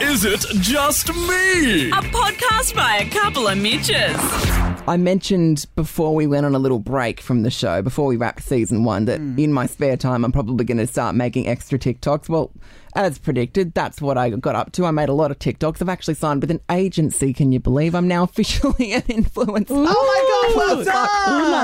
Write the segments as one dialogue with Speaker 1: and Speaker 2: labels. Speaker 1: Is it just me?
Speaker 2: A podcast by a couple of Mitches.
Speaker 3: I mentioned before we went on a little break from the show, before we wrapped season one, that
Speaker 4: Hmm.
Speaker 3: in my spare time I'm probably going to start making extra TikToks. Well, as predicted, that's what I got up to. I made a lot of TikToks. I've actually signed with an agency. Can you believe I'm now officially an influencer?
Speaker 5: Oh my God, well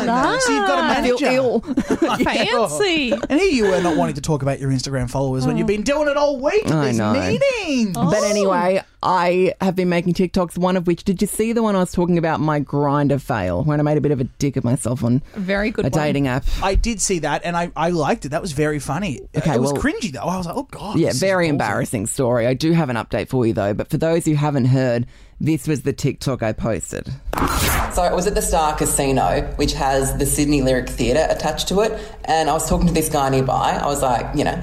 Speaker 5: done. So you've got a
Speaker 3: I feel
Speaker 5: manager.
Speaker 3: ill.
Speaker 4: Fancy.
Speaker 5: And here you were not wanting to talk about your Instagram followers when you've been doing it all week at
Speaker 3: I
Speaker 5: this
Speaker 3: know.
Speaker 5: meeting.
Speaker 3: But anyway, I have been making TikToks, one of which, did you see the one I was talking about, my grinder fail, when I made a bit of a dick of myself on
Speaker 4: Very good
Speaker 3: a
Speaker 4: one.
Speaker 3: dating app?
Speaker 5: I did see that and I, I liked it. That was very funny.
Speaker 3: Okay,
Speaker 5: it was
Speaker 3: well-
Speaker 5: cringy though. I was like, oh God.
Speaker 3: Yeah,
Speaker 5: this is
Speaker 3: very
Speaker 5: awful.
Speaker 3: embarrassing story. I do have an update for you though, but for those who haven't heard, this was the TikTok I posted.
Speaker 6: So it was at the Star Casino, which has the Sydney Lyric Theatre attached to it. And I was talking to this guy nearby. I was like, you know,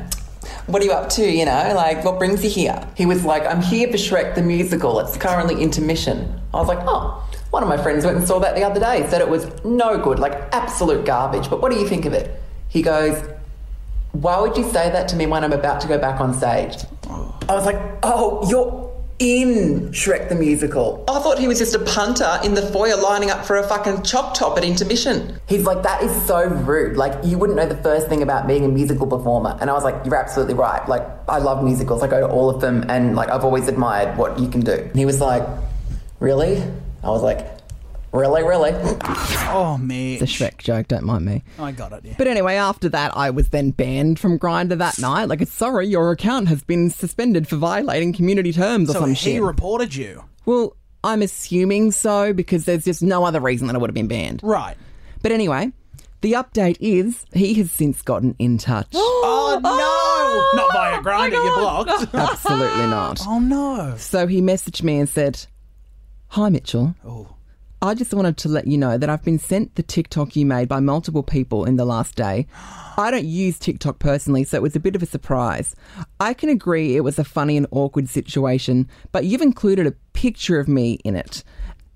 Speaker 6: what are you up to? You know, like, what brings you here? He was like, I'm here for Shrek the Musical. It's currently intermission. I was like, oh, one of my friends went and saw that the other day, said it was no good, like absolute garbage. But what do you think of it? He goes, why would you say that to me when I'm about to go back on stage? I was like, oh, you're in Shrek the Musical. I thought he was just a punter in the foyer lining up for a fucking chop top at intermission. He's like, that is so rude. Like, you wouldn't know the first thing about being a musical performer. And I was like, you're absolutely right. Like, I love musicals. I go to all of them and, like, I've always admired what you can do. And he was like, really? I was like, really, really?
Speaker 5: Oh man.
Speaker 3: The Shrek joke, don't mind me.
Speaker 5: I got it. Yeah.
Speaker 3: But anyway, after that, I was then banned from Grinder that night. Like, sorry, your account has been suspended for violating community terms or
Speaker 5: so
Speaker 3: some
Speaker 5: he
Speaker 3: shit.
Speaker 5: reported you.
Speaker 3: well, I'm assuming so because there's just no other reason that I would have been banned.
Speaker 5: Right.
Speaker 3: But anyway, the update is he has since gotten in touch.
Speaker 5: Oh, no. Not via grinder, you blocked.
Speaker 3: Absolutely not.
Speaker 5: oh no.
Speaker 3: So he messaged me and said, Hi, Mitchell. I just wanted to let you know that I've been sent the TikTok you made by multiple people in the last day. I don't use TikTok personally, so it was a bit of a surprise. I can agree it was a funny and awkward situation, but you've included a picture of me in it.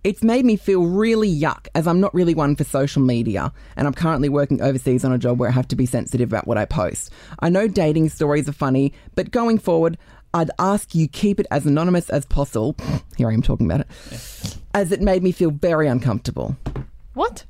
Speaker 3: It's made me feel really yuck as I'm not really one for social media and I'm currently working overseas on a job where I have to be sensitive about what I post. I know dating stories are funny, but going forward, I'd ask you keep it as anonymous as possible. Here I am talking about it. As it made me feel very uncomfortable. Oh.
Speaker 4: What?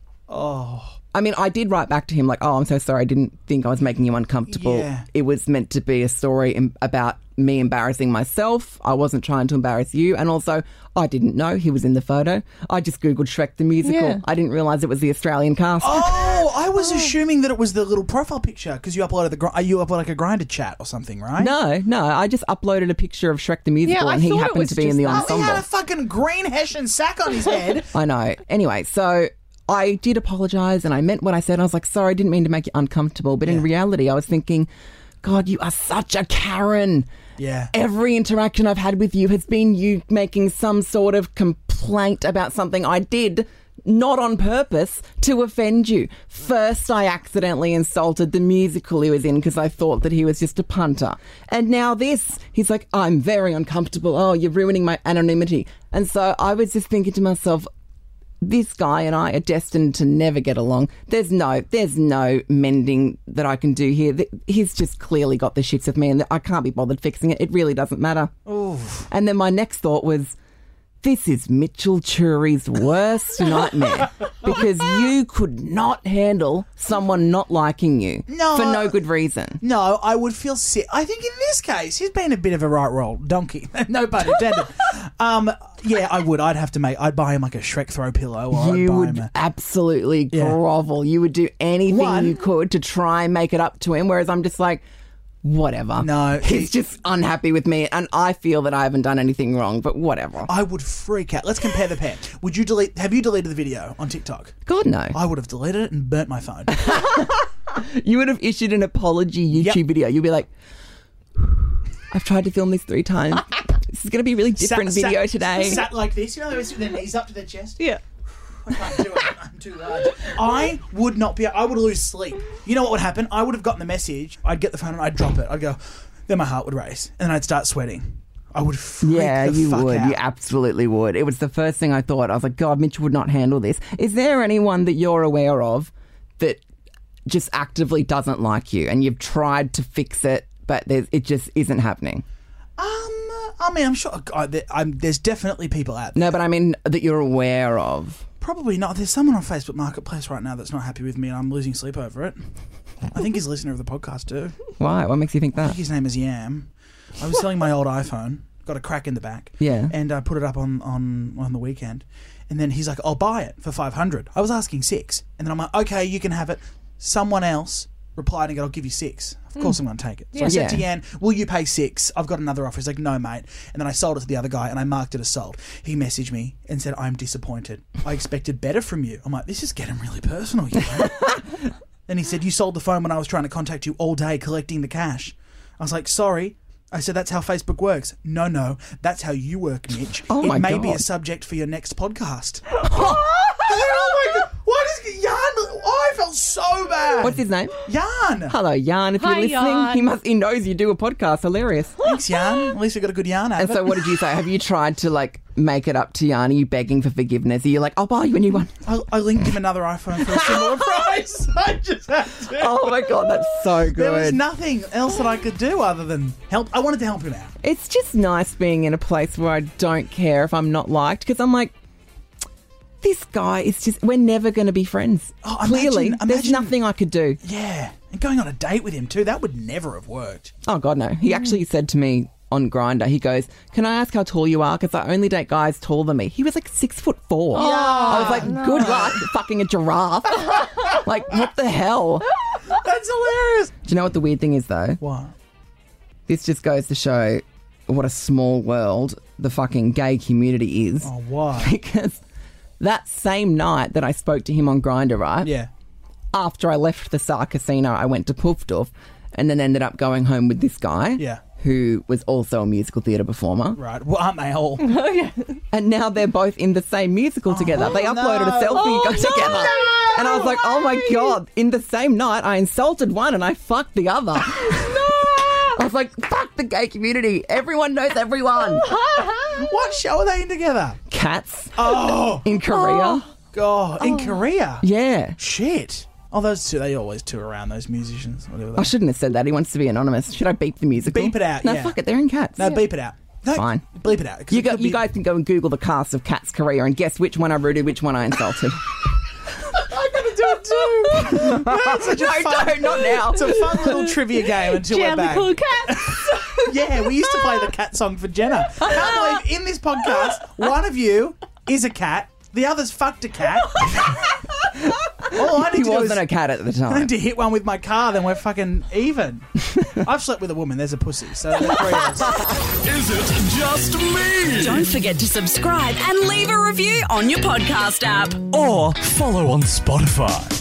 Speaker 3: I mean, I did write back to him like, "Oh, I'm so sorry. I didn't think I was making you uncomfortable.
Speaker 5: Yeah.
Speaker 3: It was meant to be a story em- about me embarrassing myself. I wasn't trying to embarrass you. And also, I didn't know he was in the photo. I just googled Shrek the musical.
Speaker 4: Yeah.
Speaker 3: I didn't realize it was the Australian cast.
Speaker 5: Oh, I was assuming that it was the little profile picture because you uploaded the gr- uh, you uploaded like a grinder chat or something, right?
Speaker 3: No, no. I just uploaded a picture of Shrek the musical,
Speaker 4: I
Speaker 3: and he
Speaker 4: thought it
Speaker 3: happened
Speaker 4: was
Speaker 3: to be
Speaker 4: just
Speaker 3: in the
Speaker 4: that.
Speaker 5: He had
Speaker 3: ensemble.
Speaker 5: a fucking green Hessian sack on his head.
Speaker 3: I know. Anyway, so I did apologize and I meant what I said. I was like, sorry, I didn't mean to make you uncomfortable. But in reality, I was thinking, God, you are such a Karen.
Speaker 5: Yeah.
Speaker 3: Every interaction I've had with you has been you making some sort of complaint about something I did. Not on purpose to offend you. First, I accidentally insulted the musical he was in because I thought that he was just a punter. And now, this, he's like, I'm very uncomfortable. Oh, you're ruining my anonymity. And so I was just thinking to myself, this guy and I are destined to never get along. There's no, there's no mending that I can do here. Th- He's just clearly got the shits of me, and I can't be bothered fixing it. It really doesn't matter. And then my next thought was, this is Mitchell Churi's worst nightmare because you could not handle someone not liking you
Speaker 5: No.
Speaker 3: for no good reason.
Speaker 5: No, I would feel sick. I think in this case, he's been a bit of a right roll donkey. no pun intended. um, yeah, I would. I'd have to make. I'd buy him like a Shrek throw pillow, or I'd
Speaker 3: You
Speaker 5: buy
Speaker 3: would
Speaker 5: him. A,
Speaker 3: absolutely
Speaker 5: Yeah.
Speaker 3: grovel. You would do anything
Speaker 5: One-
Speaker 3: you could to try and make it up to him. Whereas I'm just like, whatever.
Speaker 5: No,
Speaker 3: he's
Speaker 5: it-
Speaker 3: just unhappy with me, and I feel that I haven't done anything wrong. But whatever.
Speaker 5: I would freak out. Let's compare the pair. Would you delete? Have you deleted the video on TikTok?
Speaker 3: God no.
Speaker 5: I would have deleted it and burnt my phone.
Speaker 3: You would have issued an apology YouTube
Speaker 5: Yep.
Speaker 3: video. You'd be like, I've tried to film this three times. this is going to be a really different
Speaker 5: Sat-
Speaker 3: video
Speaker 5: sat-
Speaker 3: today.
Speaker 5: Sat like this, you know, they always with their knees up to their chest.
Speaker 4: Yeah.
Speaker 5: I can't do it. I'm too large. I would not be. I would lose sleep. You know what would happen? I would have gotten the message. I'd get the phone and I'd drop it. I'd go. Then my heart would race and then I'd start sweating. I would freak
Speaker 3: Yeah,
Speaker 5: the
Speaker 3: you
Speaker 5: fuck
Speaker 3: would.
Speaker 5: out.
Speaker 3: You absolutely would. It was the first thing I thought. I was like, God, Mitchell would not handle this. Is there anyone that you're aware of that just actively doesn't like you and you've tried to fix it, but there's, it just isn't happening?
Speaker 5: Um, I mean, I'm sure I, am there's definitely people out there.
Speaker 3: No, but I mean that you're aware of.
Speaker 5: Probably not. There's someone on Facebook Marketplace right now that's not happy with me, and I'm losing sleep over it. I think he's a listener of the podcast too.
Speaker 3: Why? What makes you think that?
Speaker 5: His name is Yam. I was selling my old iPhone. Got a crack in the back.
Speaker 3: Yeah.
Speaker 5: And I put it up on, on, on the weekend. And then he's like, I'll buy it for 500. I was asking six. And then I'm like, okay, you can have it. Someone else replied and go, I'll give you six. Of course I'm going to take it. So I said to
Speaker 3: Hmm. Yeah.
Speaker 5: Yan, will you pay six? I've got another offer. He's like, no, mate. And then I sold it to the other guy and I marked it as sold. He messaged me and said, I'm disappointed. I expected better from you. I'm like, this is getting really personal. You know? And he said, You sold the phone when I was trying to contact you all day collecting the cash. I was like, Sorry. I said, That's how Facebook works. No, no. That's how you work, Mitch.
Speaker 3: Oh
Speaker 5: it
Speaker 3: my
Speaker 5: may be
Speaker 3: God.
Speaker 5: a subject for your next podcast. And then, oh my God. What is Yarn? Oh, I felt so bad.
Speaker 3: What's his name?
Speaker 5: Yarn.
Speaker 3: Hello, Yarn. If you're
Speaker 4: Hi,
Speaker 3: listening,
Speaker 4: Yarn.
Speaker 3: he must he knows you do a podcast. Hilarious.
Speaker 5: Thanks, Yarn. At least we got a good yarn out
Speaker 3: And
Speaker 5: of
Speaker 3: so,
Speaker 5: it.
Speaker 3: what did you say? Have you tried to like make it up to Yarn? Are you begging for forgiveness? Are you like, I'll buy you a new one?
Speaker 5: I, I linked him another iPhone for a similar price. I just had to.
Speaker 3: Oh my god, that's so good.
Speaker 5: There was nothing else that I could do other than help. I wanted to help him out.
Speaker 3: it's just nice being in a place where I don't care if I'm not liked because I'm like, this guy is just, we're never going to be friends.
Speaker 5: Oh, imagine-
Speaker 3: Clearly, there's
Speaker 5: imagine-
Speaker 3: nothing I could do.
Speaker 5: Yeah. And going on a date with him, too, that would never have worked.
Speaker 3: Oh, God, no. He actually said to me on Grinder, he goes, Can I ask how tall you are? Because I only date guys taller than me. He was like six foot four. I was like, Good luck fucking a giraffe. like, what the hell? Do
Speaker 5: That's hilarious.
Speaker 3: you know what the weird thing is, though?
Speaker 5: What?
Speaker 3: This just goes to show what a small world the fucking gay community is.
Speaker 5: Oh, why?
Speaker 3: because that same night that I spoke to him on Grinder, right?
Speaker 5: Yeah.
Speaker 3: After I left the Sar Casino, I went to Pufdorf and then ended up going home with this guy.
Speaker 5: Yeah.
Speaker 3: Who was also a musical theatre performer.
Speaker 5: Right. Well, aren't they all? Together.
Speaker 3: And now they're both in the same musical together. they uploaded a
Speaker 5: Oh, no.
Speaker 3: selfie together. And I was like, oh my God, in the same night, I insulted one and I fucked the other. no! I was like, fuck the gay community. Everyone knows everyone.
Speaker 5: what show are they in together?
Speaker 3: Cats
Speaker 5: Oh,
Speaker 3: in Korea.
Speaker 5: God. In Korea.
Speaker 3: Oh. Yeah.
Speaker 5: Shit. Oh, those two, they always tour around, those musicians. Whatever
Speaker 3: I
Speaker 5: they
Speaker 3: shouldn't have said that. He wants to be anonymous. Should I beep the musical?
Speaker 5: Beep it out,
Speaker 3: No,
Speaker 5: yeah.
Speaker 3: fuck it. They're in cats.
Speaker 5: No, beep it out. No,
Speaker 3: Fine.
Speaker 5: Bleep it out. 'cause
Speaker 3: You,
Speaker 5: it
Speaker 3: go,
Speaker 5: could
Speaker 3: you
Speaker 5: be-
Speaker 3: guys can go and Google the cast of Cats Korea and guess which one I rooted, which one I insulted.
Speaker 5: I'm going to do it too. That's such a
Speaker 3: No,
Speaker 5: fun-
Speaker 3: don't, not now.
Speaker 5: It's a fun little trivia game until we're back.
Speaker 4: Jellicle cat.
Speaker 5: Yeah, we used to play the cat song for Jenna. I can't believe in this podcast, one of you is a cat, the other's fucked a cat. All I need
Speaker 3: he
Speaker 5: to do is
Speaker 3: wasn't a cat at the
Speaker 5: I
Speaker 3: time.
Speaker 5: need to hit one with my car, then we're fucking even. I've slept with a woman. There's a pussy. So there's three of us.
Speaker 1: Is it just me?
Speaker 2: Don't forget to subscribe and leave a review on your podcast app.
Speaker 1: Or follow on Spotify.